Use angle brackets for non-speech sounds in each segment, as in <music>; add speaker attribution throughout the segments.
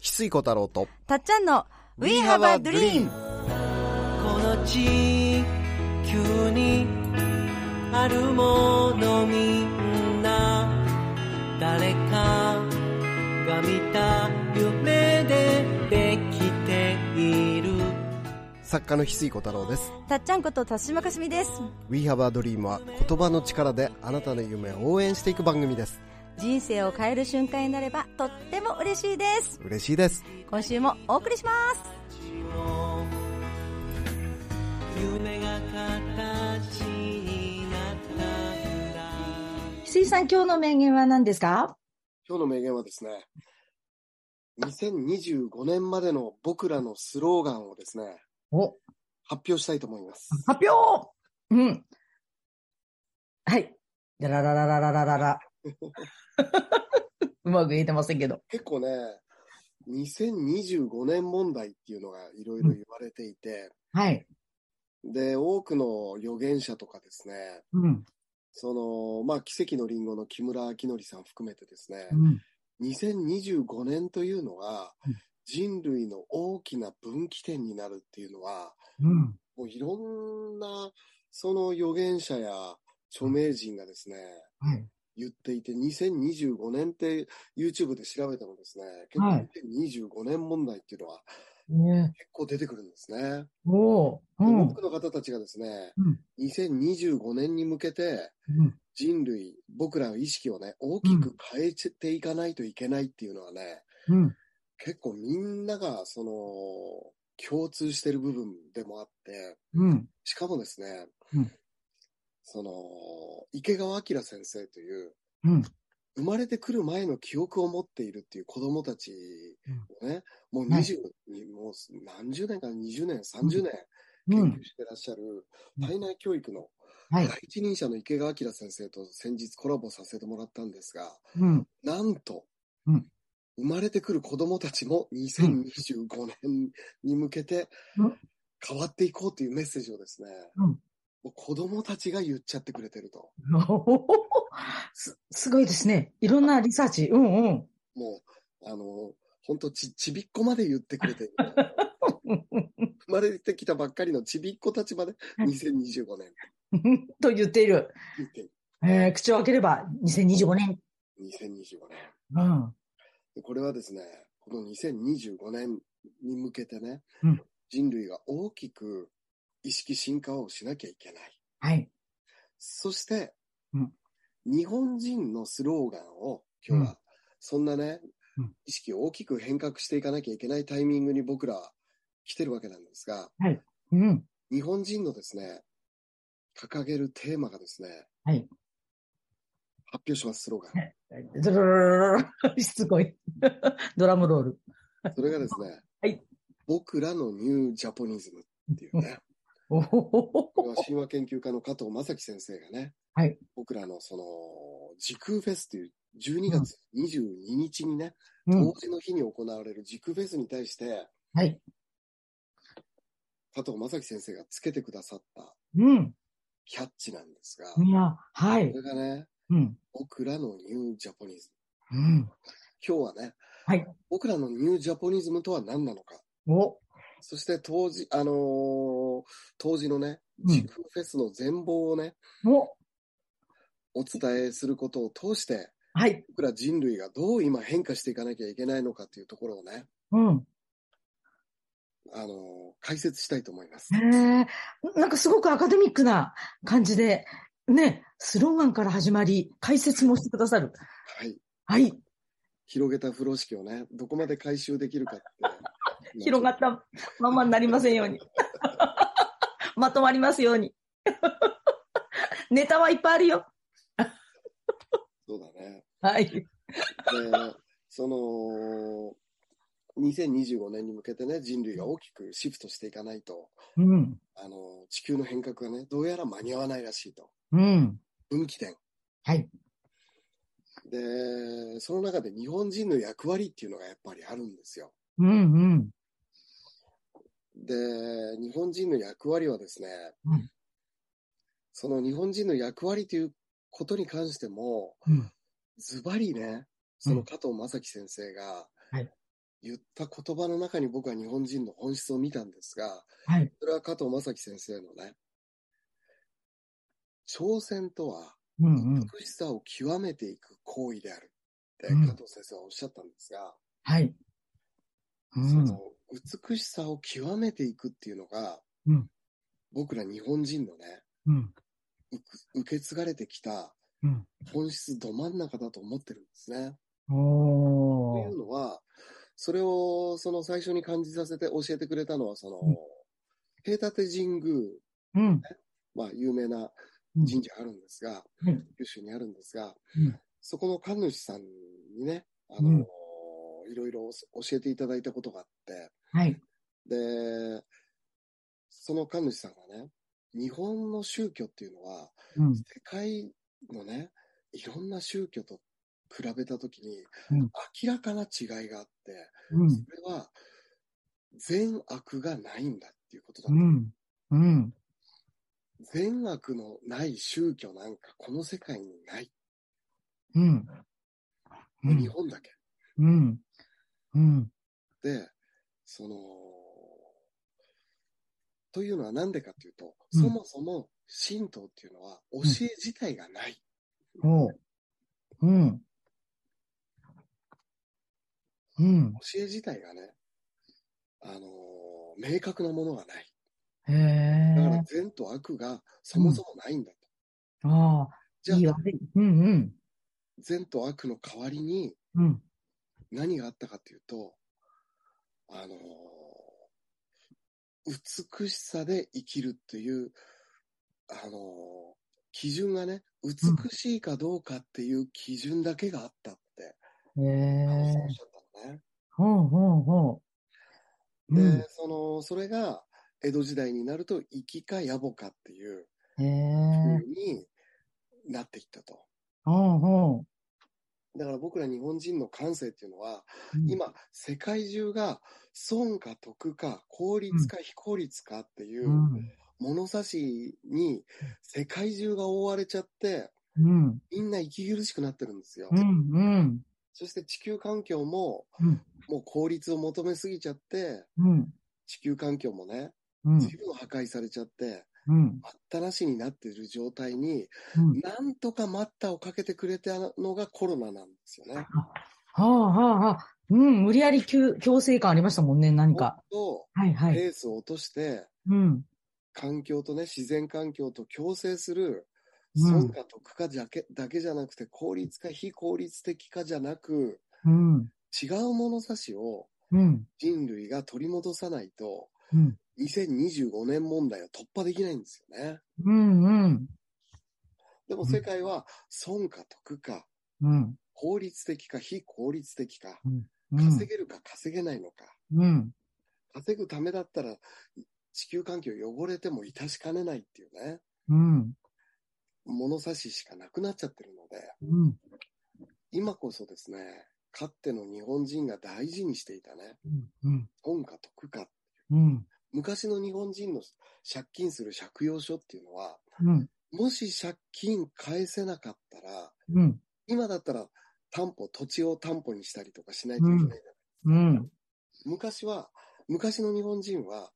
Speaker 1: 筒井小太郎と
Speaker 2: たっちゃんの We Have a Dream
Speaker 3: この地球にあるものみんな誰かが見た夢でできている
Speaker 1: 作家の翡翠小太郎です
Speaker 2: たっちゃんこと田島かすみです
Speaker 1: We Have a Dream は言葉の力であなたの夢を応援していく番組です
Speaker 2: 人生を変える瞬間になればとっても嬉しいです
Speaker 1: 嬉しいです
Speaker 2: 今週もお送りします
Speaker 3: 夢が形になったんだ
Speaker 4: 水さん、今日の名言は何ですか
Speaker 1: 今日の名言はですね2025年までの僕らのスローガンをですね
Speaker 4: お、
Speaker 1: 発表したいと思います
Speaker 4: 発表うん。はい。ララララララララ <laughs> ラ。うまく言えてませんけど。
Speaker 1: 結構ね、2025年問題っていうのがいろいろ言われていて、
Speaker 4: はい。
Speaker 1: で、多くの予言者とかですね、
Speaker 4: うん。
Speaker 1: その、まあ、奇跡のリンゴの木村明則さん含めてですね
Speaker 4: う、ん。
Speaker 1: 2025年というのが
Speaker 4: うん、
Speaker 1: 人類の大きな分岐点になるっていうのは、
Speaker 4: うん。
Speaker 1: もういろんな、その予言者や著名人がですね、
Speaker 4: はい。
Speaker 1: 言っていて、2025年って YouTube で調べてもですね、
Speaker 4: はい
Speaker 1: 結構2025年問題っていうのは、
Speaker 4: ね
Speaker 1: 結構出てくるんですね。
Speaker 4: おーうん。
Speaker 1: 多くの方たちがですね、
Speaker 4: うん
Speaker 1: 2025年に向けて
Speaker 4: うん。
Speaker 1: 人類、僕らの意識をね、大きく変えていかないといけないっていうのはね、
Speaker 4: うん。
Speaker 1: 結構みんながその共通してる部分でもあって、
Speaker 4: うん。
Speaker 1: しかもですね、
Speaker 4: うん
Speaker 1: その池川明先生という、
Speaker 4: うん
Speaker 1: 生まれてくる前の記憶を持っているっていう子供たちをね、もう
Speaker 4: はい
Speaker 1: 20、もう何十年か20年、30年、
Speaker 4: う
Speaker 1: 研
Speaker 4: ん
Speaker 1: 究。してらっしゃる
Speaker 4: うん
Speaker 1: 体内教育の
Speaker 4: は
Speaker 1: 第
Speaker 4: い。
Speaker 1: 一人者の池川明先生と先日コラボさせてもらったんですが、
Speaker 4: うん。
Speaker 1: なんと、
Speaker 4: うん
Speaker 1: 生まれてくる子供たちも2025年に向けて
Speaker 4: うん
Speaker 1: 変わっていこうというメッセージをですね、
Speaker 4: うん
Speaker 1: もう子供たちが言っちゃってくれてると。
Speaker 4: <laughs> す、すごいですね。いろんなリサーチ。うんうん。
Speaker 1: もう、あの、本当ち、ちびっこまで言ってくれ
Speaker 4: <laughs>
Speaker 1: てる。生まれてきたばっかりのちびっこたちまで2025年
Speaker 4: <laughs> と言っている。
Speaker 1: 言ってる。
Speaker 4: えー、口を開ければ2025年。
Speaker 1: 2025年。
Speaker 4: うん。
Speaker 1: でこれはですね、この2025年に向けてね、
Speaker 4: うん
Speaker 1: 人類が大きく意識進化をしなきゃいけない。
Speaker 4: はい。
Speaker 1: そして、
Speaker 4: うん
Speaker 1: 日本人のスローガンを今日は、
Speaker 4: うん
Speaker 1: そんなね、
Speaker 4: うん
Speaker 1: 意識を大きく変革していかなきゃいけないタイミングに僕らは来てるわけなんですが、
Speaker 4: うん。
Speaker 1: 日本人のですね、掲げるテーマがですね、
Speaker 4: はい。
Speaker 1: 発表します、スローガン。
Speaker 4: ドロロロロロすごい。ドラムロール。 <laughs>
Speaker 1: それがですね、
Speaker 4: はい
Speaker 1: 僕らのニュージャポニズムっていうね、
Speaker 4: おほほ
Speaker 1: こ
Speaker 4: ほ
Speaker 1: れは神話研究家の加藤正樹先生がね、
Speaker 4: はい
Speaker 1: 僕らのその時空フェスという12月22日にね、
Speaker 4: うん
Speaker 1: 当時の日に行われる時空フェスに対して、
Speaker 4: はい。
Speaker 1: 加藤正樹先生がつけてくださった
Speaker 4: うん。
Speaker 1: キャッチなんですが、
Speaker 4: いや、は
Speaker 1: こ
Speaker 4: い
Speaker 1: れ。がね、
Speaker 4: うん。
Speaker 1: 僕らのニュージャポニズム。
Speaker 4: うん。
Speaker 1: 今日はね、
Speaker 4: はい
Speaker 1: 僕らのニュージャポニズムとは何なのか、
Speaker 4: お。
Speaker 1: そして当時、あのー当時のね、
Speaker 4: うん
Speaker 1: 時空フェスの全貌をね、
Speaker 4: お。
Speaker 1: お伝えすることを通して、
Speaker 4: はい。
Speaker 1: 僕ら人類がどう今変化していかなきゃいけないのかっていうところをね、
Speaker 4: うん。
Speaker 1: あの、解説したいと思います
Speaker 4: へ。え。なんかすごくアカデミックな感じで、ね、スローガンから始まり、解説もしてくださる。
Speaker 1: はい。
Speaker 4: はい。
Speaker 1: 広げた風呂敷をね、どこまで回収できるかって。
Speaker 4: <laughs> 広が
Speaker 1: っ
Speaker 4: ったままになりませんように。まとまりますように。ネタはいっぱいあるよ。
Speaker 1: そうだね。
Speaker 4: はい。
Speaker 1: で、その、2025年に向けてね、人類が大きくシフトしていかないと、
Speaker 4: うん。
Speaker 1: あの、地球の変革がね、どうやら間に合わないらしいと。
Speaker 4: うん。
Speaker 1: 分岐点。
Speaker 4: はい。
Speaker 1: で、その中で日本人の役割っていうのがやっぱりあるんですよ。
Speaker 4: うん
Speaker 1: で、日本人の役割はですね、
Speaker 4: うん
Speaker 1: その日本人の役割ということに関しても、
Speaker 4: うん。うん。
Speaker 1: ズバリね、その加藤正樹先生が、
Speaker 4: はい
Speaker 1: 言った言葉の中に僕は日本人の本質を見たんですが、
Speaker 4: はい。
Speaker 1: それは加藤正樹先生のね、挑戦とは
Speaker 4: うんうん。
Speaker 1: 美しさを極めていく行為であるって
Speaker 4: うん
Speaker 1: 加藤先生はおっしゃったんですが、
Speaker 4: はい。う
Speaker 1: そ
Speaker 4: ん。
Speaker 1: の美しさを極めていくっていうのが、
Speaker 4: うん
Speaker 1: 僕ら日本人のね、
Speaker 4: うん。
Speaker 1: う受け継がれてきた
Speaker 4: うん。
Speaker 1: 本質ど真ん中だと思ってるんですね。と
Speaker 4: お
Speaker 1: い
Speaker 4: ー
Speaker 1: う。のは、それをその最初に感じさせて教えてくれたのは、その、
Speaker 4: うん
Speaker 1: 平立神宮、
Speaker 4: うん。
Speaker 1: まあ有名な
Speaker 4: うん
Speaker 1: 神社あるんですが、
Speaker 4: うん
Speaker 1: 九州にあるんですが、
Speaker 4: うん
Speaker 1: そこの神主さんにね、あの、
Speaker 4: うん
Speaker 1: いろいろ教えていただいたことがあって、
Speaker 4: はい。
Speaker 1: で、その神主さんがね、日本の宗教っていうのは、
Speaker 4: うん。
Speaker 1: 世界のね、いろんな宗教と比べたときに
Speaker 4: うん、
Speaker 1: 明らかな違いがあって、
Speaker 4: うん。
Speaker 1: それは、善悪がないんだっていうことだ、
Speaker 4: うん。うん。
Speaker 1: 善悪のない宗教なんかこの世界にない。
Speaker 4: うん。う
Speaker 1: 日
Speaker 4: ん。
Speaker 1: 本だけ。
Speaker 4: うん。うん。
Speaker 1: で、その、というのは何でかっていうと、
Speaker 4: うん
Speaker 1: そもそも神道っていうのは教え自体がない。
Speaker 4: おう。うん。うん。
Speaker 1: 教え自体がね、あのー明確なものがない。
Speaker 4: へ
Speaker 1: だか
Speaker 4: え
Speaker 1: ら。善と悪がそもそもないんだと。
Speaker 4: ああ。
Speaker 1: じゃあ
Speaker 4: いい悪い。うんうん。
Speaker 1: 善と悪の代わりに
Speaker 4: うん。
Speaker 1: 何があったかっていうと、あのー美しさで生きるっていう、あのー基準がね、美しいかどうかっていう基準だけがあったって、
Speaker 4: へえ。
Speaker 1: あの人はおっしゃったのね。
Speaker 4: ほうほうほう。
Speaker 1: で、
Speaker 4: うん。
Speaker 1: その、それが、江戸時代になると、生きか野暮かっていう
Speaker 4: へえ。
Speaker 1: 風になっていったと。
Speaker 4: ほうほ
Speaker 1: だから僕ら日本人の感性っていうのは、
Speaker 4: う。うん、。
Speaker 1: 今、世界中が損か得か、効率か非効率かっていううん物差しに世界中が覆われちゃって、
Speaker 4: うん。
Speaker 1: みんな息苦しくなってるんですよ。
Speaker 4: うん。うん。
Speaker 1: そして地球環境も、
Speaker 4: うん
Speaker 1: もう効率を求めすぎちゃって、
Speaker 4: うん。
Speaker 1: 地球環境もね、
Speaker 4: うん。
Speaker 1: 随分破壊されちゃって、
Speaker 4: うん。
Speaker 1: 待ったなしになってる状態に、
Speaker 4: うん。
Speaker 1: なんとか待ったをかけてくれたのがコロナなんですよね。
Speaker 4: はあはあはあ。うん。無理やり強強制感ありましたもんね、何
Speaker 1: もっ
Speaker 4: か。
Speaker 1: と
Speaker 4: はいはい。
Speaker 1: ペースを落として、
Speaker 4: うん。
Speaker 1: 環境とね、自然環境と共生する、
Speaker 4: うん
Speaker 1: 損か得かだけ,、だけじゃなくて、効率か非効率的かじゃなく、
Speaker 4: うん。
Speaker 1: 違う物差しを
Speaker 4: うん。
Speaker 1: 人類が取り戻さないと、
Speaker 4: うん。
Speaker 1: 2025年問題を突破できないんですよね。
Speaker 4: うん。うん。
Speaker 1: でも世界は、損か得か、
Speaker 4: うん。
Speaker 1: 効率的か非効率的か、
Speaker 4: うん
Speaker 1: 稼げるか稼げないのか、
Speaker 4: うん。
Speaker 1: 稼ぐためだったら、地球環境汚れても致しかねないっていうね、
Speaker 4: うん。
Speaker 1: 物差ししかなくなっちゃってるので、
Speaker 4: うん。
Speaker 1: 今こそですね、かつての日本人が大事にしていたね、
Speaker 4: うん。
Speaker 1: 恩か得か、
Speaker 4: うん。
Speaker 1: 昔の日本人の借金する借用書っていうのは、
Speaker 4: うん。
Speaker 1: もし借金返せなかったら、
Speaker 4: うん。
Speaker 1: 今だったら担保、土地を担保にしたりとかしないといけないじゃない
Speaker 4: うん。
Speaker 1: 昔は、昔の日本人は、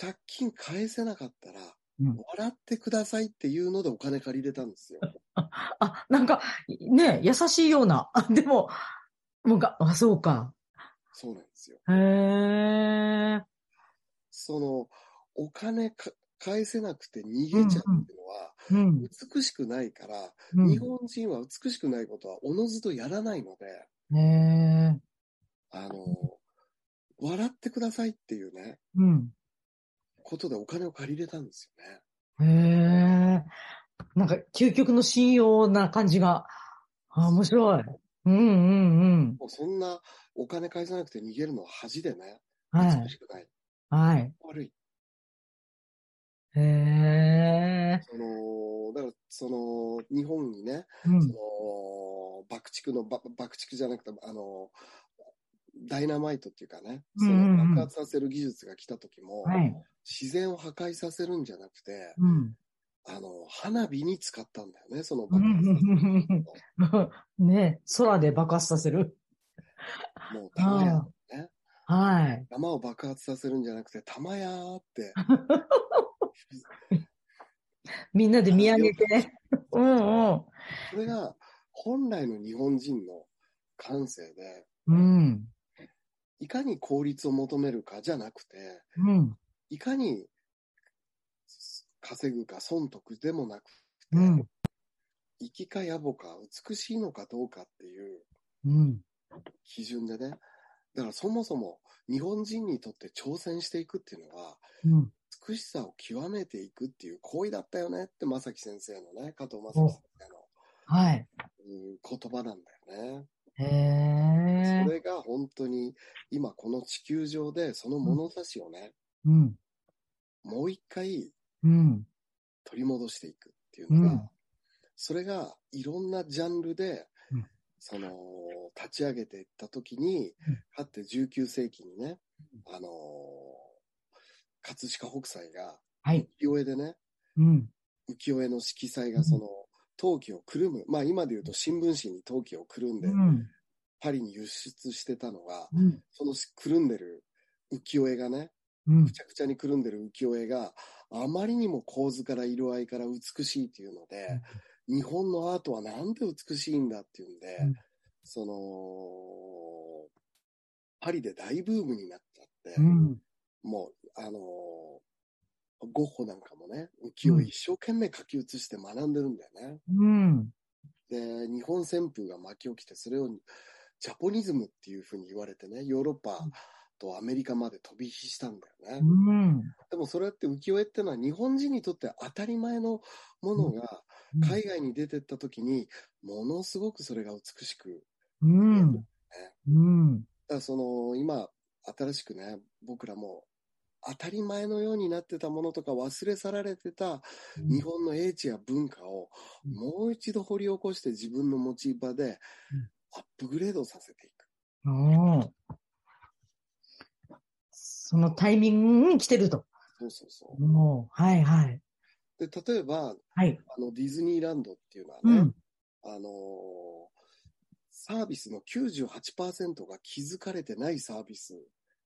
Speaker 1: 借金返せなかったら、
Speaker 4: うん
Speaker 1: 笑ってくださいっていうのでお金借りれたんですよ。
Speaker 4: あ、なんか、ね、優しいような。 <laughs> あでも、もうが、あ、そうか。
Speaker 1: そうなんですよ。
Speaker 4: へえ。
Speaker 1: その、お金か返せなくて逃げちゃうっていうのは、
Speaker 4: うん。
Speaker 1: 美しくないから、
Speaker 4: うん
Speaker 1: 日本人は美しくないことはおのずとやらないので、
Speaker 4: へえ。
Speaker 1: あの、笑ってくださいっていうね、
Speaker 4: うん。
Speaker 1: ことでお金を借りれたんですよね。
Speaker 4: へえ。なんか、究極の信用な感じが。あ、面白い。うんうん
Speaker 1: もうそんなお金返さなくて逃げるのは恥でね、
Speaker 4: うん。は
Speaker 1: 美
Speaker 4: い。
Speaker 1: しくない。
Speaker 4: はい。
Speaker 1: 悪い。
Speaker 4: へえ。
Speaker 1: その、だから、その、日本にね、
Speaker 4: うん
Speaker 1: そ。の、爆竹の、ば爆竹じゃなくて、あの、ダイナマイトっていうかね、そ
Speaker 4: うんうんう
Speaker 1: の
Speaker 4: ん
Speaker 1: 爆発させる技術が来た時も、
Speaker 4: はい。
Speaker 1: 自然を破壊させるんじゃなくて、
Speaker 4: うん。 <laughs>
Speaker 1: あの、花火に使ったんだよね、その
Speaker 4: うん
Speaker 1: 爆発させる技術を
Speaker 4: ね空で爆発させる。
Speaker 1: もう、たや
Speaker 4: あはい。
Speaker 1: 弾を爆発させるんじゃなくて、玉やー
Speaker 4: <laughs>
Speaker 1: って。
Speaker 4: みんなで見上げて。うんうん。
Speaker 1: それが本来の日本人の感性で、
Speaker 4: うん。
Speaker 1: いかに効率を求めるかじゃなくて、
Speaker 4: うん。
Speaker 1: いかに稼ぐか損得でもなくて、
Speaker 4: うん。
Speaker 1: 生きか野暮か美しいのかどうかっていう
Speaker 4: うん。
Speaker 1: 基準でね、だからそもそも日本人にとって挑戦していくっていうのは、
Speaker 4: うん。
Speaker 1: 美しさを極めていくっていう行為だったよねって正樹先生のね、加藤正樹先
Speaker 4: はい。
Speaker 1: 生のうん言葉なんだよね。
Speaker 4: へえ
Speaker 1: そ。れが本当に今この地球上でその物差しをね、
Speaker 4: うん。
Speaker 1: もう一回
Speaker 4: うん。
Speaker 1: 取り戻していくっていう
Speaker 4: う
Speaker 1: のが、
Speaker 4: ん。
Speaker 1: それがいろんなジャンルで
Speaker 4: うん、
Speaker 1: その、立ち上げていった時に
Speaker 4: うん、
Speaker 1: かって19世紀にね、あのー葛飾北斎が
Speaker 4: はい。
Speaker 1: 浮世絵でね、
Speaker 4: うん。
Speaker 1: 浮世絵の色彩がその、陶器をくるむ、まあ今で言うと新聞紙に陶器をくるんで
Speaker 4: う、ん。
Speaker 1: パリに輸出してたのが、
Speaker 4: うん。
Speaker 1: そのくるんでる浮世絵がね、
Speaker 4: うん
Speaker 1: く。ちゃくちゃにくるんでる浮世絵があまりにも構図から色合いから美しいっていうので、日本のアートはなんで美しいんだっていうんで、
Speaker 4: うん
Speaker 1: その、パリで大ブームになっちゃって、
Speaker 4: うん。
Speaker 1: もう、あのーゴッホなんかもね、浮世絵一生懸命描き写して学んでるんだよね。
Speaker 4: うん。
Speaker 1: で、日本旋風が巻き起きて、それをジャポニズムっていうふうに言われてね、ヨーロッパとアメリカまで飛び火したんだよね。
Speaker 4: うん。
Speaker 1: でもそれって浮世絵ってのは日本人にとって当たり前のものが海外に出てった時にものすごくそれが美しく。
Speaker 4: うん。うん。
Speaker 1: だからその今新しくね、僕らも当たり前のようになってたものとか忘れ去られてた日本の英知や文化を
Speaker 4: うん
Speaker 1: もう一度掘り起こして自分の持ち場で
Speaker 4: うん
Speaker 1: アップグレードさせていく。
Speaker 4: おーそのタイミングに来てると。
Speaker 1: そうそうそ
Speaker 4: もう、はいはい。
Speaker 1: う。で、例えば
Speaker 4: はい。
Speaker 1: あのディズニーランドっていうのは
Speaker 4: う
Speaker 1: ね、
Speaker 4: ん。
Speaker 1: あのーサービスの98%が気づかれてないサービスっ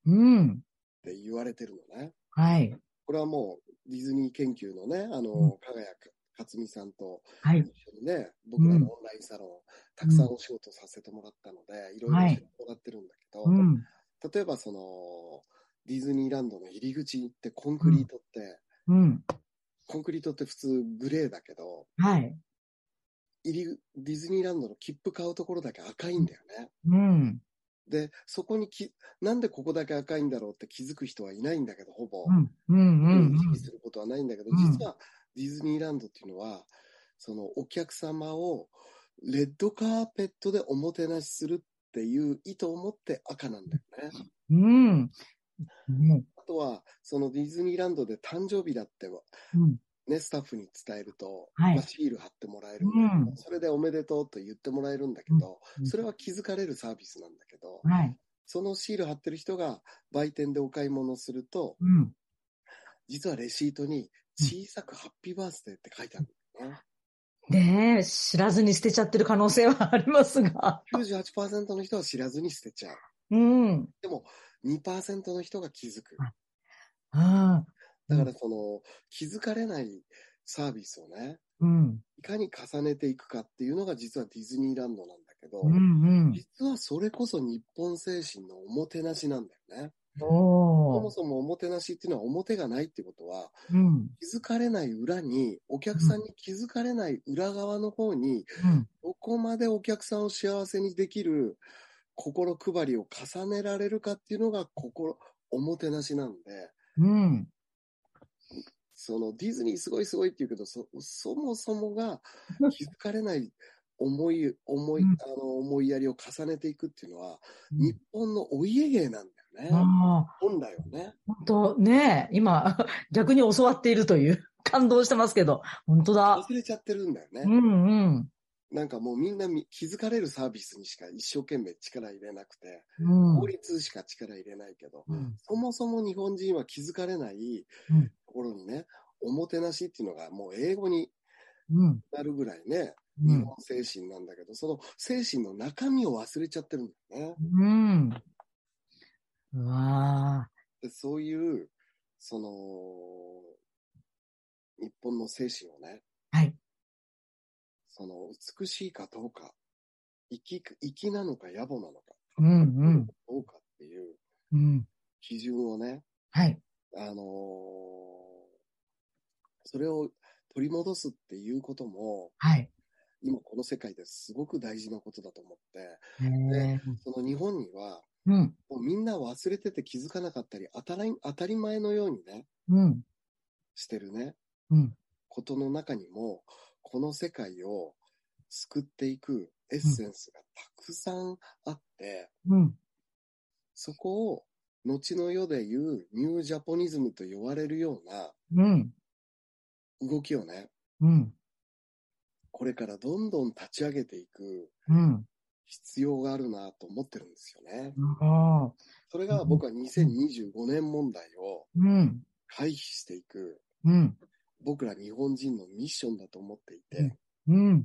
Speaker 4: うん。
Speaker 1: て言われてるのね。
Speaker 4: はい。
Speaker 1: これはもうディズニー研究のね、あのー
Speaker 4: うん
Speaker 1: 加賀谷克美さんと
Speaker 4: はい
Speaker 1: 一。緒にね、僕らのオンラインサロン、たくさんお仕事させてもらったので、いろいろ
Speaker 4: はい
Speaker 1: 教えてもらってるんだけど、
Speaker 4: うん。
Speaker 1: 例えばその、ディズニーランドの入り口ってコンクリートって、
Speaker 4: うん。
Speaker 1: コンクリートって普通グレーだけど、
Speaker 4: はい。
Speaker 1: 入り、ディズニーランドの切符買うところだけ赤いんだよね。
Speaker 4: うん。
Speaker 1: で、そこにき、なんでここだけ赤いんだろうって気づく人はいないんだけど、ほぼ。
Speaker 4: うん。うん。
Speaker 1: 意
Speaker 4: うん。
Speaker 1: 識することはないんだけど、
Speaker 4: うん
Speaker 1: 実はディズニーランドっていうのは、そのお客様をレッドカーペットでおもてなしするっていう意図を持って赤なんだよね。
Speaker 4: うん。ね
Speaker 1: あとは、そのディズニーランドで誕生日だっては、
Speaker 4: うん。
Speaker 1: ね、スタッフに伝えると、
Speaker 4: はい
Speaker 1: まあシール貼ってもらえるんだけど、
Speaker 4: うん
Speaker 1: それでおめでとうと言ってもらえるんだけど、
Speaker 4: うん
Speaker 1: それは気づかれるサービスなんだけど、
Speaker 4: はい。
Speaker 1: そのシール貼ってる人が売店でお買い物すると、
Speaker 4: うん。
Speaker 1: 実はレシートに小さくハッピーバースデーって書いてあるんだよね。
Speaker 4: ねえ、知らずに捨てちゃってる可能性はありますが。 <laughs>
Speaker 1: 98%の人は知らずに捨てちゃう。
Speaker 4: うん。
Speaker 1: 2%の人が気づく。
Speaker 4: ああ。
Speaker 1: だからその気づかれないサービスをね、
Speaker 4: うん。
Speaker 1: いかに重ねていくかっていうのが実はディズニーランドなんだけど、
Speaker 4: うん。
Speaker 1: 実はそれこそ日本精神のおもてなしなんだよね。
Speaker 4: うん。
Speaker 1: そ
Speaker 4: お
Speaker 1: も
Speaker 4: ー。
Speaker 1: そもおもてなしっていうのは表がないってことは、
Speaker 4: うん。
Speaker 1: 気づかれない裏に、お客さんに気づかれない裏側の方に、
Speaker 4: うん。
Speaker 1: どこまでお客さんを幸せにできる心配りを重ねられるかっていうのが心、おもてなしなんで、
Speaker 4: うん。
Speaker 1: そのディズニーすごいすごいって言うけど、そ、そもそもが気づかれない思い、思い、
Speaker 4: うん
Speaker 1: あの、思いやりを重ねていくっていうのは、日本のお家芸なんだよね。
Speaker 4: ああ。
Speaker 1: 本来はね。
Speaker 4: 本当ねえ、今、逆に教わっているという、感動してますけど、本当だ。
Speaker 1: 忘れちゃってるんだよね。
Speaker 4: うんうん。
Speaker 1: なんかもうみんなみ気づかれるサービスにしか一生懸命力入れなくて、
Speaker 4: うん
Speaker 1: 法律しか力入れないけど、
Speaker 4: うん。
Speaker 1: そもそも日本人は気づかれない
Speaker 4: うん
Speaker 1: ところにね、おもてなしっていうのがもう英語に
Speaker 4: うん。
Speaker 1: なるぐらいね、
Speaker 4: う
Speaker 1: 日
Speaker 4: ん
Speaker 1: 本精神なんだけど、その精神の中身を忘れちゃってるんだよね。
Speaker 4: うん。うわ
Speaker 1: でそういう、その、日本の精神をね、
Speaker 4: ーはい。
Speaker 1: その、美しいかどうか、粋か、粋なのか野暮なのか、
Speaker 4: うんうん。
Speaker 1: どうかっていう
Speaker 4: うん。
Speaker 1: 基準をね、
Speaker 4: はい。
Speaker 1: あのーそれを取り戻すっていうことも、
Speaker 4: はい。
Speaker 1: 今この世界ですごく大事なことだと思って、
Speaker 4: へー
Speaker 1: その日本には、
Speaker 4: うん。
Speaker 1: もうみんな忘れてて気づかなかったり、当たり当たり前のようにね、
Speaker 4: うん。
Speaker 1: してるね、
Speaker 4: うん。
Speaker 1: ことの中にも、この世界を救っていくエッセンスがたくさんあって、
Speaker 4: うん。
Speaker 1: そこを、後の世でいうニュージャポニズムと言われるような
Speaker 4: うん。
Speaker 1: 動きをね、
Speaker 4: うん。
Speaker 1: これからどんどん立ち上げていく
Speaker 4: うん。
Speaker 1: 必要があるなと思ってるんですよね。
Speaker 4: ああ。
Speaker 1: それが僕は2025年問題を
Speaker 4: うん。
Speaker 1: 回避していく、
Speaker 4: うん。
Speaker 1: 僕ら日本人のミッションだと思っていて、
Speaker 4: うん。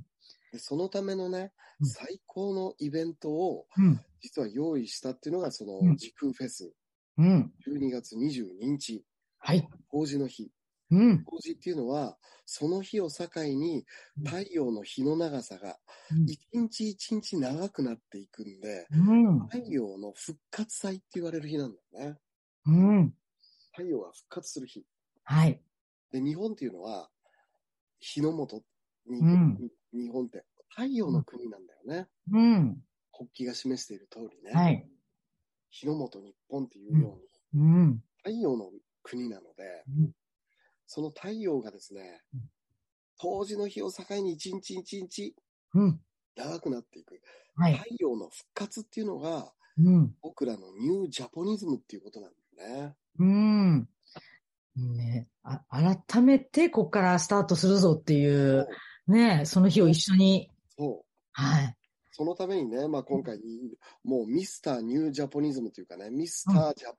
Speaker 1: でそのためのね
Speaker 4: う、ん
Speaker 1: 最高のイベントを
Speaker 4: うん。
Speaker 1: 実は用意したっていうのが、そうの
Speaker 4: ん
Speaker 1: 時空フェス、
Speaker 4: うん。
Speaker 1: 12月22日、
Speaker 4: はい。
Speaker 1: 法事の日。
Speaker 4: うん。
Speaker 1: 法事っていうのは、その日を境に太陽の日の長さが
Speaker 4: うん
Speaker 1: 一日一日長くなっていくんで、
Speaker 4: うん。
Speaker 1: 太陽の復活祭って言われる日なんだよね。
Speaker 4: うん。
Speaker 1: 太陽が復活する日。
Speaker 4: はい。
Speaker 1: で、日本っていうのは、日の元に、
Speaker 4: うん
Speaker 1: 日本って太陽の国なんだよね。
Speaker 4: うん。
Speaker 1: 国旗が示している通りね。
Speaker 4: はい。
Speaker 1: 日の元日本っていうように、
Speaker 4: うん。
Speaker 1: 太陽の国なので、
Speaker 4: うん
Speaker 1: その太陽がですね
Speaker 4: うん、
Speaker 1: 当時の日を境に一日一日
Speaker 4: うん。
Speaker 1: 長くなっていく。
Speaker 4: はい
Speaker 1: 太。陽の復活っていうのが、
Speaker 4: うん。
Speaker 1: 僕らのニュージャポニズムっていうことなんだよね。
Speaker 4: うん。ねあ、改めて、ここからスタートするぞっていう、ねその日を一緒に、
Speaker 1: そう。
Speaker 4: はい。
Speaker 1: そのためにね、まあ、今回、もうミスターニュージャポニズムというかね、ミスタージャ,、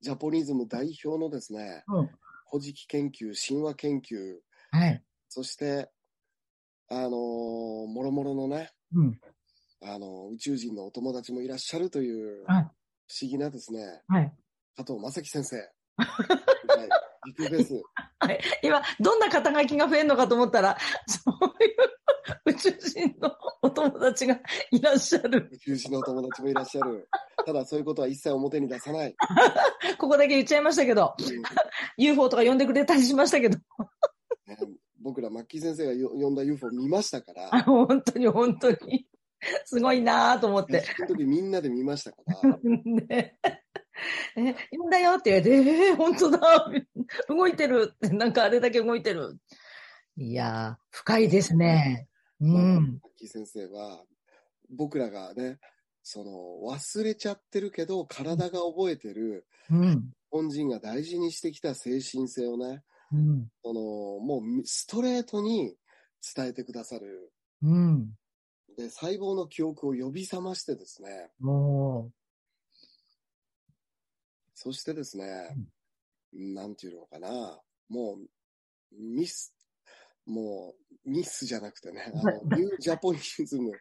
Speaker 1: ジャポニズム代表のですね、
Speaker 4: うん。
Speaker 1: 古事記研究、神話研究、
Speaker 4: はい。
Speaker 1: そして、あのーもろもろのね、
Speaker 4: うん。
Speaker 1: あの宇宙人のお友達もいらっしゃるという、不
Speaker 4: は
Speaker 1: 思
Speaker 4: い
Speaker 1: 議なですね、
Speaker 4: はい。
Speaker 1: 加藤正樹先
Speaker 4: <laughs>
Speaker 1: 生。はい。リクフェス。
Speaker 4: はい。今、どんな肩書きが増えるのかと思ったら、そういう宇宙人のお友達がいらっしゃる。
Speaker 1: 宇宙人のお友達もいらっしゃる。ただ、そういうことは一切表に出さない。
Speaker 4: ここだけ言っちゃいましたけど、UFO とか呼んでくれたりしましたけど、
Speaker 1: ね僕ら、マッキー先生がよ呼んだ UFO 見ましたから。
Speaker 4: あの本当に本当に、すごいなぁと思って。
Speaker 1: その時みんなで見ましたから、
Speaker 4: <laughs> で、え、呼んだよって言われて、 <laughs> えー、本当だ、動いてる <laughs> って、なんかあれだけ動いてる。いやー、深いですね。う
Speaker 1: まあマッ
Speaker 4: ん。
Speaker 1: キー先生は、僕らがね、その、忘れちゃってるけど、体が覚えてる、
Speaker 4: うん。
Speaker 1: 日本人が大事にしてきた精神性をね、
Speaker 4: うん。
Speaker 1: その、もうストレートに伝えてくださる。
Speaker 4: うん。
Speaker 1: で、細胞の記憶を呼び覚ましてですね、
Speaker 4: も
Speaker 1: そしてですね、なんていうのかな、もう、ミス、もう、ミスじゃなくてね、あの、ニュージャポニズム、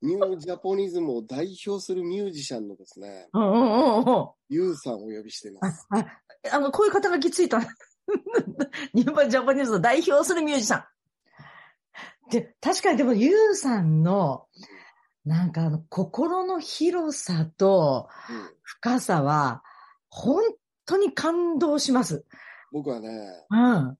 Speaker 1: ニュージャポニズムを代表するミュージシャンのですね、
Speaker 4: う、うんうんうんうん。
Speaker 1: ユウさんをお呼びしています。
Speaker 4: あ、あの、 <laughs> こういう肩書きついた。日本ジャパニーズを代表するミュージシャン。で、確かにでも、ゆうさんの、なんかあの、心の広さと
Speaker 1: うん
Speaker 4: 深さは、本当に感動します。
Speaker 1: 僕はね、
Speaker 4: うん、
Speaker 1: あ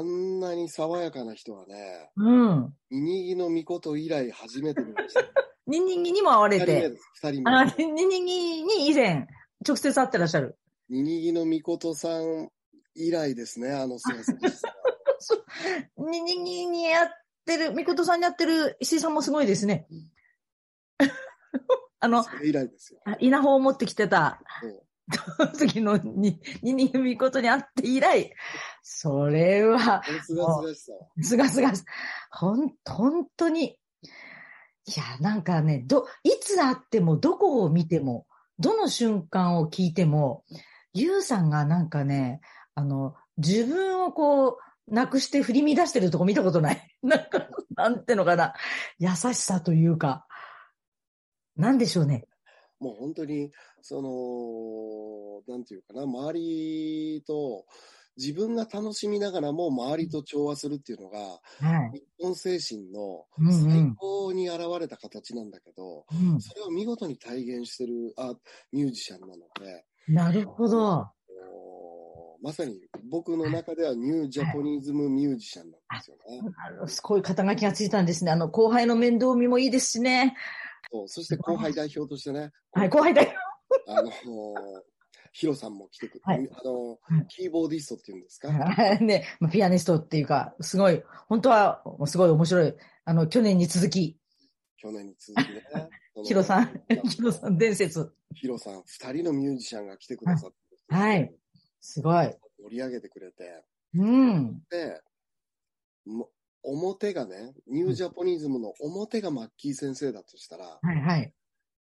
Speaker 1: んなに爽やかな人はね、
Speaker 4: うん。
Speaker 1: ミニギのミコト以来初めて見ました。
Speaker 4: ニンニンギにも会わ
Speaker 1: 二
Speaker 4: れ
Speaker 1: 人目
Speaker 4: て、
Speaker 1: です、二人
Speaker 4: あ
Speaker 1: 目。
Speaker 4: ニンニンギに以前、直接会ってらっしゃる。
Speaker 1: ミニギのミコトさん以来ですね、あの先生です。
Speaker 4: ニンニンギに会ってる、みことさんに会ってる石井さんもすごいですね。あの、
Speaker 1: それ以来ですよ。
Speaker 4: あ稲穂を持ってきてた <laughs>
Speaker 1: そう
Speaker 4: 時のに、ににみことに会って以来、それは、
Speaker 1: このすがすがしさは。
Speaker 4: すがすが、ほん、本当に、いや、なんかね、ど、いつ会っても、どこを見ても、どの瞬間を聞いても、ゆうさんがなんかね、あの、自分をこう、なくして振り乱してるとこ見たことない。 <laughs> なんか、なんてのかな。優しさというか、なんでしょうね。
Speaker 1: もう本当に、その、なんていうかな、周りと、自分が楽しみながらも周りと調和するっていうのが、
Speaker 4: はい。
Speaker 1: 日本精神の
Speaker 4: うんうん
Speaker 1: 最高に現れた形なんだけど、
Speaker 4: うん
Speaker 1: それを見事に体現してるあミュージシャンなので、
Speaker 4: なるほど。
Speaker 1: おーまさに僕の中ではニュージャポニズムミュージシャンなんですよね。
Speaker 4: あのすごい肩書きがついたんですね。あの、後輩の面倒見もいいですしね。
Speaker 1: そうそして後輩代表としてね、
Speaker 4: はい、後輩だよ。
Speaker 1: あの、ヒロさんも来てくる、
Speaker 4: はい
Speaker 1: あの
Speaker 4: はい、
Speaker 1: キーボーディストっていうんですか、
Speaker 4: <laughs> ね、まあピアニストっていうか、すごい、本当は、すごい面白い。あの、去年に続き、
Speaker 1: 去年に続
Speaker 4: <laughs>
Speaker 1: きね。その
Speaker 4: ヒロさん、ヒロさん伝説。
Speaker 1: ヒロさん、二人のミュージシャンが来てくださって、
Speaker 4: はい。すごい。
Speaker 1: 盛り上げてくれて、
Speaker 4: うん。
Speaker 1: で、も表がね、ニュージャポニズムの表がマッキー先生だとしたら、
Speaker 4: はいはい。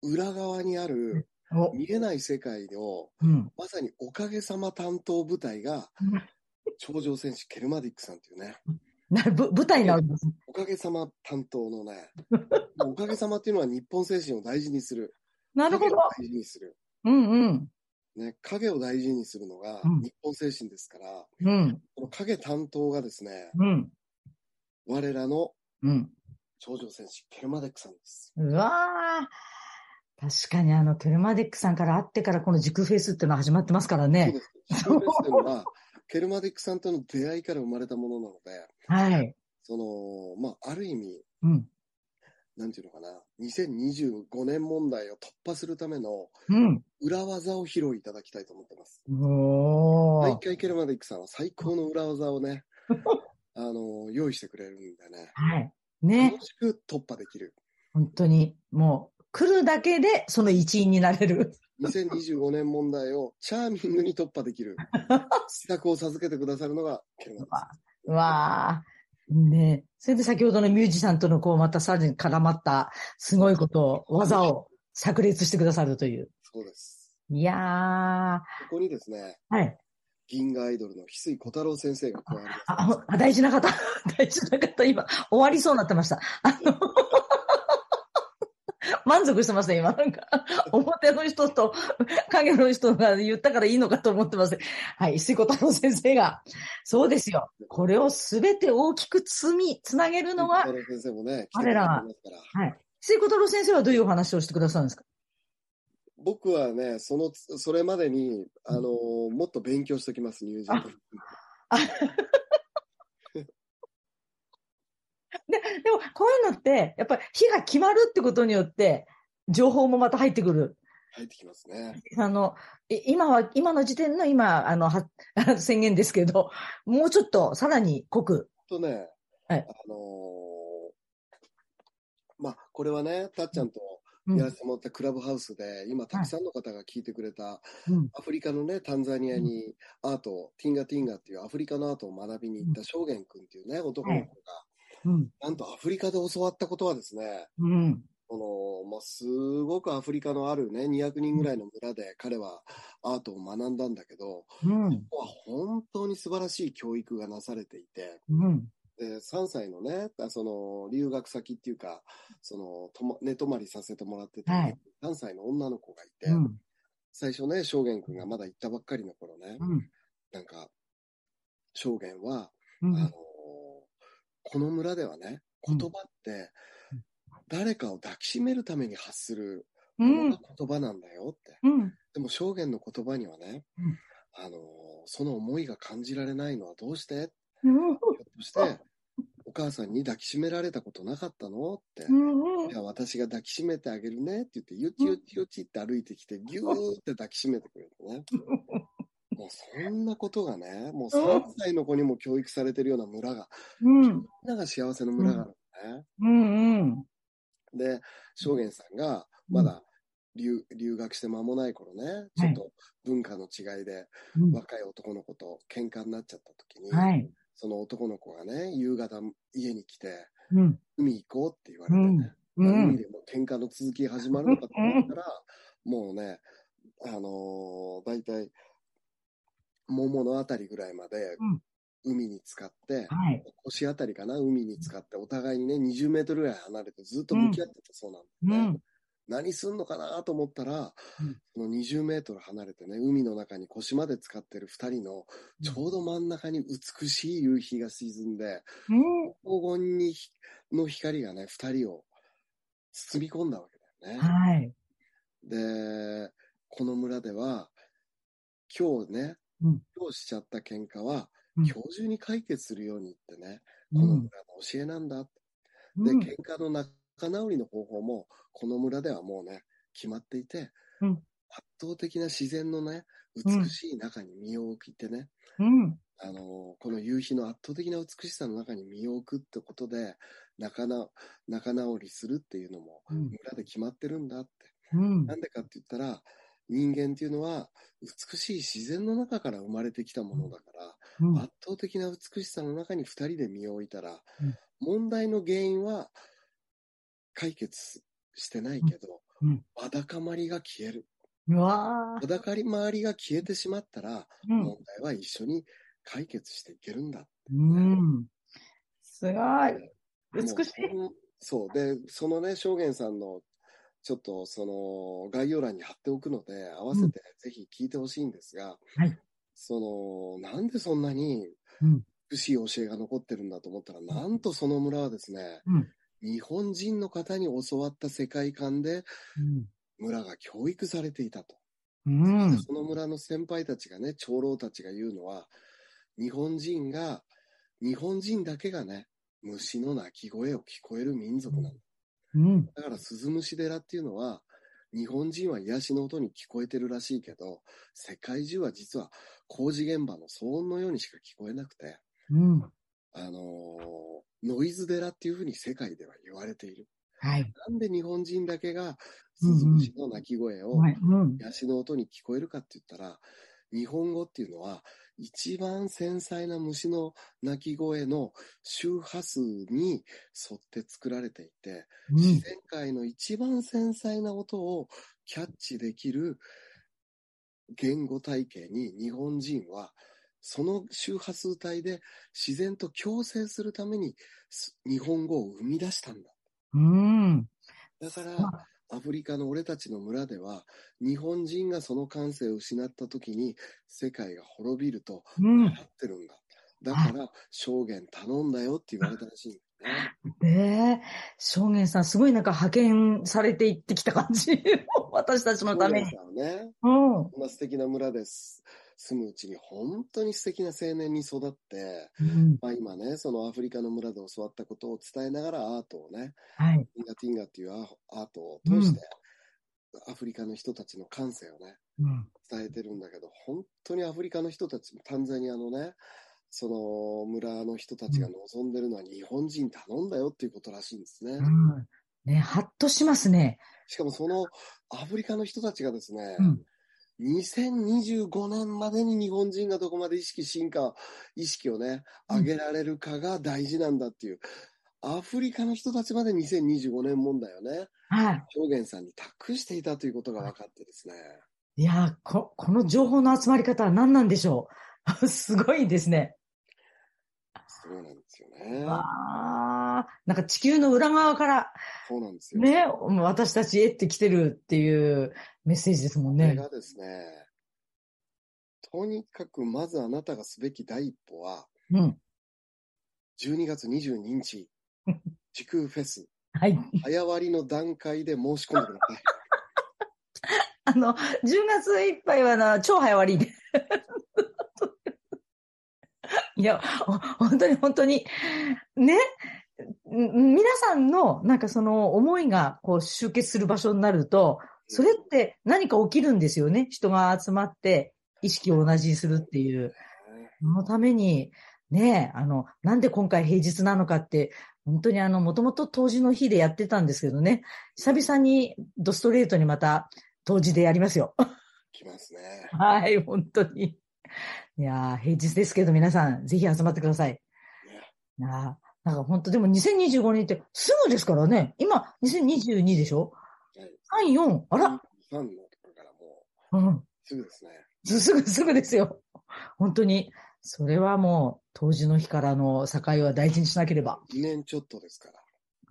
Speaker 1: 裏側にある
Speaker 4: お、
Speaker 1: 見えない世界の、
Speaker 4: うん。
Speaker 1: まさにおかげさま担当部隊が、頂上戦士ケルマディックさんっていうね、
Speaker 4: な、ぶ舞台なわけです。
Speaker 1: おかげさま担当の
Speaker 4: <laughs>
Speaker 1: ね、おかげさまっていうのは日本精神を大事にする。
Speaker 4: なるほど。
Speaker 1: 影を大事にする。
Speaker 4: うんうん。
Speaker 1: ね、影を大事にするのが
Speaker 4: うん
Speaker 1: 日本精神ですから、
Speaker 4: うん。
Speaker 1: この影担当がですね、
Speaker 4: うん。
Speaker 1: 我らの
Speaker 4: うん。
Speaker 1: 頂上戦士、ケルマデックさんです。
Speaker 4: <laughs> うわー確かにあの、ケルマデックさんから会ってからこの軸フェイスっていうのは始まってますから
Speaker 1: そう
Speaker 4: ね
Speaker 1: で。す。そうですというのは、ケルマディックさんとの出会いから生まれたものなので、
Speaker 4: はい。
Speaker 1: その、まあ、ある意味、
Speaker 4: うん。
Speaker 1: なんていうのかな、2025年問題を突破するための
Speaker 4: うん。
Speaker 1: 裏技を披露いただきたいと思ってます。
Speaker 4: おー
Speaker 1: 毎回ケルマディックさんは最高の裏技を
Speaker 4: <laughs>
Speaker 1: ね、あの、用意してくれるんでね、
Speaker 4: はい。ね。
Speaker 1: 楽しく突破できる。
Speaker 4: 本当に、もう、来るだけでその一員になれ <laughs> る。
Speaker 1: 2025年問題をチャーミングに突破でき
Speaker 4: <laughs>
Speaker 1: る施策を授けてくださるのがケルマディックさん。
Speaker 4: うわーねそれで先ほどのミュージシャンとのこう、またさらに絡まった、すごいことを、技を炸裂してくださるという。
Speaker 1: そうです。
Speaker 4: いやー。は
Speaker 1: ここにですね、
Speaker 4: い。
Speaker 1: 銀河アイドルの翡翠小太郎先生が加わります。
Speaker 4: あ、ほあ大事な方。 <laughs> 大事な方、今、終わりそうになってました。あの、 <laughs> 満足してました、今。なんか、表の人と影の人が言ったからいいのかと思ってます。はい、石井小太郎先生が。そうですよ。これをすべて大きく積み、つなげるの
Speaker 1: 小
Speaker 4: は
Speaker 1: 太、郎先生もね、来てく
Speaker 4: 我
Speaker 1: れて
Speaker 4: らが
Speaker 1: ますから。
Speaker 4: 石井小太郎先生はどういうお話をしてくださるんですか
Speaker 1: 僕はね、その、それまでに、あのーもっと勉強しておきます、ニュージーランド。
Speaker 4: でも、こういうのって、やっぱり日が決まるってことによって、情報もまた入ってくる。
Speaker 1: 入ってきますね。
Speaker 4: あの、い今は、今の時点の今、あの、は宣言ですけど、もうちょっとさらに濃く。
Speaker 1: とね、
Speaker 4: はい
Speaker 1: あのーまあ、これはね、たっちゃんと
Speaker 4: うん
Speaker 1: やらせてもらったクラブハウスで、今、たくさんの方が聞いてくれた、
Speaker 4: うん
Speaker 1: アフリカのね、タンザニアにアートを、ティンガティンガっていうアフリカのアートを学びに行った正元君っていうね、男の子が、
Speaker 4: うん。
Speaker 1: なんとアフリカで教わったことはですね、
Speaker 4: うん。
Speaker 1: この、まあ、すごくアフリカのあるね、200人ぐらいの村で彼はアートを学んだんだけど、
Speaker 4: うん。
Speaker 1: ここは本当に素晴らしい教育がなされていて、
Speaker 4: うん。
Speaker 1: で3歳のね、あその留学先っていうか、そのとも寝泊まりさせてもらってた、
Speaker 4: はい
Speaker 1: 3歳の女の子がいて、
Speaker 4: うん。
Speaker 1: 最初ね、正元君がまだ行ったばっかりの頃ね、
Speaker 4: うん。
Speaker 1: なんか、正元は、あ
Speaker 4: う
Speaker 1: のー
Speaker 4: ん。
Speaker 1: この村ではね、言葉って、誰かを抱きしめるために発する
Speaker 4: う
Speaker 1: の
Speaker 4: ん
Speaker 1: が。言葉なんだよって。
Speaker 4: うん。
Speaker 1: でも、正元の言葉にはね、
Speaker 4: うん
Speaker 1: あのーその思いが感じられないのはどうして
Speaker 4: うん。
Speaker 1: ひょっとして、お母さんに抱きしめられたことなかったのって。
Speaker 4: うん
Speaker 1: いや、私が抱きしめてあげるねって言って、ゆちゆちゆちって歩いてきて、ぎゅーって抱きしめてくれるね。
Speaker 4: <laughs>
Speaker 1: もうそんなことがね、もう3歳の子にも教育されてるような村が、
Speaker 4: う
Speaker 1: み
Speaker 4: ん。
Speaker 1: んなが幸せの村があるのね。
Speaker 4: うん。
Speaker 1: で、正元さんが、まだ留留学して間もない頃ね、ちょっと文化の違いで
Speaker 4: うん。
Speaker 1: 若い男の子と喧嘩になっちゃった時に、
Speaker 4: はい。
Speaker 1: その男の子がね、夕方家に来て、
Speaker 4: うん。
Speaker 1: 海行こうって言われてね、
Speaker 4: う
Speaker 1: 海
Speaker 4: ん。
Speaker 1: でもう喧嘩の続き始まるのかと思
Speaker 4: <laughs>
Speaker 1: ったら、もうね、あのー、大体、桃のあたりぐらいまで
Speaker 4: うん、
Speaker 1: 海に浸かって、
Speaker 4: はい。
Speaker 1: 腰あたりかな、海に浸かって、お互いにね、20メートルぐらい離れてずっと向き合ってたそうなん
Speaker 4: う
Speaker 1: だよね。
Speaker 4: ん。
Speaker 1: 何すんのかなと思ったら、
Speaker 4: うん
Speaker 1: その20メートル離れてね、海の中に腰まで浸かってる二人の、ちょうど真ん中に美しい夕日が沈んで、
Speaker 4: うん
Speaker 1: 黄金にひの光がね、二人を包み込んだわけだよね。
Speaker 4: はい。
Speaker 1: で、この村では、今日ね、
Speaker 4: うん
Speaker 1: 今日しちゃった喧嘩は、
Speaker 4: うん
Speaker 1: 今日中に解決するようにってね、
Speaker 4: う
Speaker 1: この村
Speaker 4: ん
Speaker 1: の教えなんだって。
Speaker 4: う
Speaker 1: で、
Speaker 4: ん
Speaker 1: 喧嘩の仲直りの方法も、この村ではもうね、決まっていて、
Speaker 4: うん
Speaker 1: 圧倒的な自然のね、
Speaker 4: うん
Speaker 1: 美しい中に身を置いてね、
Speaker 4: うん
Speaker 1: あのーこの夕日の圧倒的な美しさの中に身を置くってことで、仲な仲直りするっていうのも、
Speaker 4: うん
Speaker 1: 村で決まってるんだって。
Speaker 4: うん
Speaker 1: なんでかって言ったら、人間っていうのは、美しい自然の中から生まれてきたものだから、
Speaker 4: うん
Speaker 1: 圧倒的な美しさの中に二人で身を置いたら、
Speaker 4: うん
Speaker 1: 問題の原因は解決してないけど、
Speaker 4: うんうん
Speaker 1: わだかまりが消える。
Speaker 4: うわ
Speaker 1: わだかまりが消えてしまったら、
Speaker 4: ーうん
Speaker 1: 問題は一緒に解決していけるんだ。
Speaker 4: うん。すごい。美しい。
Speaker 1: もうそう。で、そのね、証言さんの、ちょっとその概要欄に貼っておくので、合わせてぜひ聞いてほしいんですが、
Speaker 4: はい
Speaker 1: その、なんでそんなに
Speaker 4: うん
Speaker 1: 美しい教えが残ってるんだと思ったら、なんとその村はですね、
Speaker 4: うん
Speaker 1: 日本人の方に教わった世界観で
Speaker 4: うん
Speaker 1: 村が教育されていたと。
Speaker 4: うん。
Speaker 1: その村の先輩たちがね、長老たちが言うのは、日本人が、日本人だけがね、虫の鳴き声を聞こえる民族なんだ。
Speaker 4: うん。
Speaker 1: だから、鈴虫寺っていうのは、日本人は癒しの音に聞こえてるらしいけど、世界中は実は工事現場の騒音のようにしか聞こえなくて、
Speaker 4: うん。
Speaker 1: あのーノイズ寺っていうふうに世界では言われている。
Speaker 4: はい。
Speaker 1: なんで日本人だけが
Speaker 4: うんうん
Speaker 1: 鈴虫の鳴き声を
Speaker 4: はい。うん。
Speaker 1: 癒しの音に聞こえるかって言ったら、日本語っていうのは、一番繊細な虫の鳴き声の周波数に沿って作られていて、
Speaker 4: うん
Speaker 1: 自。然界の一番繊細な音をキャッチできる言語体系に日本人は、その周波数帯で自然と共生するためにす日本語を生み出したんだ。
Speaker 4: うん。
Speaker 1: だから、
Speaker 4: ま
Speaker 1: アフリカの俺たちの村では、日本人がその感性を失った時に、世界が滅びると、
Speaker 4: うん
Speaker 1: なってるんだ。だから、証言頼んだよって言われたらしいんだよね。
Speaker 4: ええ、証言さん、すごいなんか派遣されていってきた感じ。 <laughs> 私たちのため
Speaker 1: 証
Speaker 4: に。
Speaker 1: 言さんはね、
Speaker 4: うん。
Speaker 1: こんな素敵な村です。住むうちに本当に素敵な青年に育って、
Speaker 4: うん
Speaker 1: まあ今ね、そのアフリカの村で教わったことを伝えながらアートをね、
Speaker 4: はい。
Speaker 1: ティンガティンガっていうアアートを通して、アフリカの人たちの感性をね、
Speaker 4: うん。
Speaker 1: 伝えてるんだけど、本当にアフリカの人たち、タンザニアのね、その村の人たちが望んでるのは日本人頼んだよっていうことらしいんですね
Speaker 4: う。んね、はっとしますね。
Speaker 1: しかもそのアフリカの人たちがですね
Speaker 4: う、ん。
Speaker 1: 2025年までに日本人がどこまで意識、進化、意識をね、上げられるかが大事なんだっていう、アフリカの人たちまで2025年問題をね、
Speaker 4: はい。
Speaker 1: 表現さんに託していたということが分かってですね、
Speaker 4: いやーこ、この情報の集まり方は何なんでしょう。 <laughs> すごいですね。
Speaker 1: そうなんですよね。
Speaker 4: わあ、なんか地球の裏側から
Speaker 1: そうなんですよ。
Speaker 4: ね、私たちへって来てるっていうメッセージですもん
Speaker 1: これ
Speaker 4: ね。
Speaker 1: がですね、とにかくまずあなたがすべき第一歩は、
Speaker 4: うん。
Speaker 1: 12月22日、
Speaker 4: <laughs>
Speaker 1: 時空フェス、
Speaker 4: はい。
Speaker 1: 早割りの段階で申し込んでください。
Speaker 4: あの、10月いっぱいはな、超早割りで。いや、ほ本当に本当に。ね。ん皆さんの、なんかその思いがこう集結する場所になると、それって何か起きるんですよね。人が集まって意識を同じにするっていう。そのために、ねあの、なんで今回平日なのかって、本当にあの、もともと当時の日でやってたんですけどね、久々にドストレートにまた当時でやりますよ。
Speaker 1: 来ますね。
Speaker 4: はい、本当に。いやー平日ですけど皆さん、ぜひ集まってください。なあなんか本当、でも2025年ってすぐですからね、今2022でしょ
Speaker 1: はい
Speaker 4: ?3、4、あら、
Speaker 1: ファンのところからもう、
Speaker 4: うん、
Speaker 1: すぐですね。
Speaker 4: すすぐすぐですよ。本当に。それはもう、当時の日からの境は大事にしなければ。
Speaker 1: 2年ちょっとですか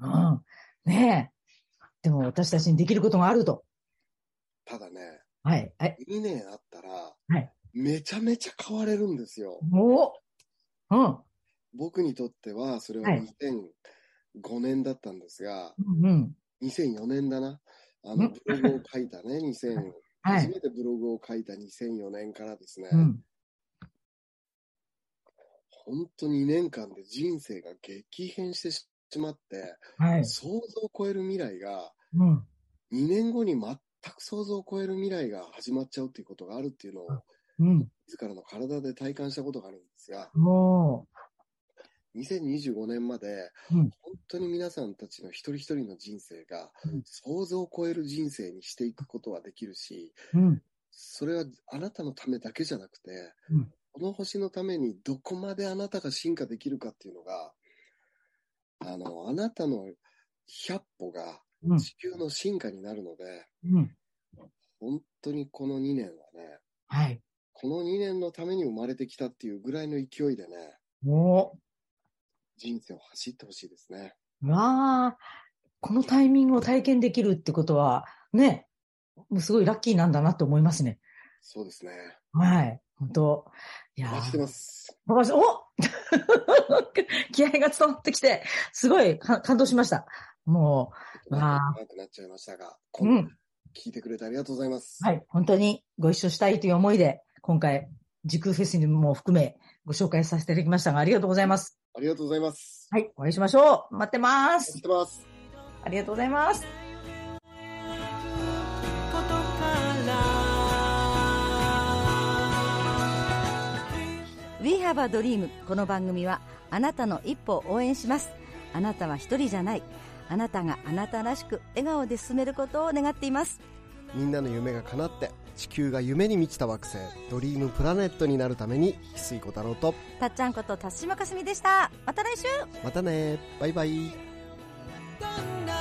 Speaker 1: ら。
Speaker 4: うん。ねえ。でも私たちにできることがあると。
Speaker 1: ただね、
Speaker 4: はい。はい。
Speaker 1: 2年あったら、
Speaker 4: はい
Speaker 1: めちゃめちゃ変われるんですよ。
Speaker 4: もう、うん。
Speaker 1: 僕にとっては、それは
Speaker 4: はい
Speaker 1: 2005年だったんですが、
Speaker 4: うんうん。
Speaker 1: 2004年だな。あ
Speaker 4: う
Speaker 1: の、
Speaker 4: ん
Speaker 1: ブログを書いたね、2000、
Speaker 4: は
Speaker 1: 初
Speaker 4: い。
Speaker 1: めてブログを書いた2004年からですね、
Speaker 4: うん。
Speaker 1: 本当に2年間で人生が激変してしまって、
Speaker 4: はい。
Speaker 1: 想像を超える未来が、
Speaker 4: うん。
Speaker 1: 2年後に全く想像を超える未来が始まっちゃうっていうことがあるっていうのを、
Speaker 4: うん。
Speaker 1: 自らの体で体感したことがあるんですが、
Speaker 4: も
Speaker 1: 2025年まで、
Speaker 4: うん
Speaker 1: 本当に皆さんたちの一人一人の人生が
Speaker 4: うん、
Speaker 1: 想像を超える人生にしていくことはできるし、
Speaker 4: う、うん。
Speaker 1: それはあなたのためだけじゃなくて、
Speaker 4: うん
Speaker 1: この星のためにどこまであなたが進化できるかっていうのが、あの、あなたの100歩が
Speaker 4: うん。
Speaker 1: 地球の進化になるので、
Speaker 4: うん。
Speaker 1: 本当にこの2年はね、
Speaker 4: はい。
Speaker 1: この2年のために生まれてきたっていうぐらいの勢いでね、
Speaker 4: も
Speaker 1: 人生を走ってほしいですね。
Speaker 4: う、わあ、このタイミングを体験できるってことは、ね、もうすごいラッキーなんだなと思いますね。
Speaker 1: そうですね。
Speaker 4: はい。本当いや
Speaker 1: お
Speaker 4: ー
Speaker 1: 待ちしてます。
Speaker 4: わかりましたお <laughs> 気合が伝わってきて、すごいか感動しました。もわあ
Speaker 1: 長くなっちゃいましたが、
Speaker 4: う、うん。
Speaker 1: 聞いてくれてありがとうございます。
Speaker 4: はい。本当にご一緒したいという思いで、今回、時空フェスにも含め、ご紹介させていただきましたが、ありがとうございます。
Speaker 1: ありがとうございます。
Speaker 4: はい。お会いしましょう。待ってま
Speaker 1: 待っ
Speaker 4: す。
Speaker 1: てます。
Speaker 4: ありがとうございます。
Speaker 3: ことから」
Speaker 2: We have a dream この番組はあなたの一歩を応援しますあなたは一人じゃないあなたがあなたらしく笑顔で進めることを願っています
Speaker 5: みんなの夢が叶って地球が夢に満ちた惑星ドリームプラネットになるために翡翠小太郎と
Speaker 2: たっちゃんこと田島かすみでしたまた来週
Speaker 5: またねバイバイ
Speaker 3: 「どんな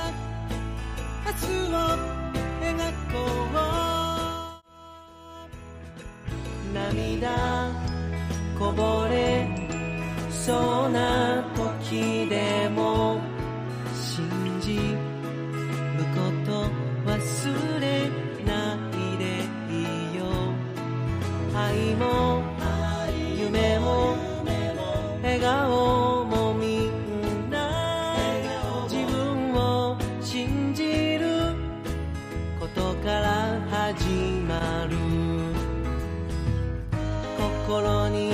Speaker 3: 明日を描こう」「涙こぼれそうな時でも」「信じること忘れないでいいよ」「愛も夢も」笑顔もみんな自分を信じることから始まる心に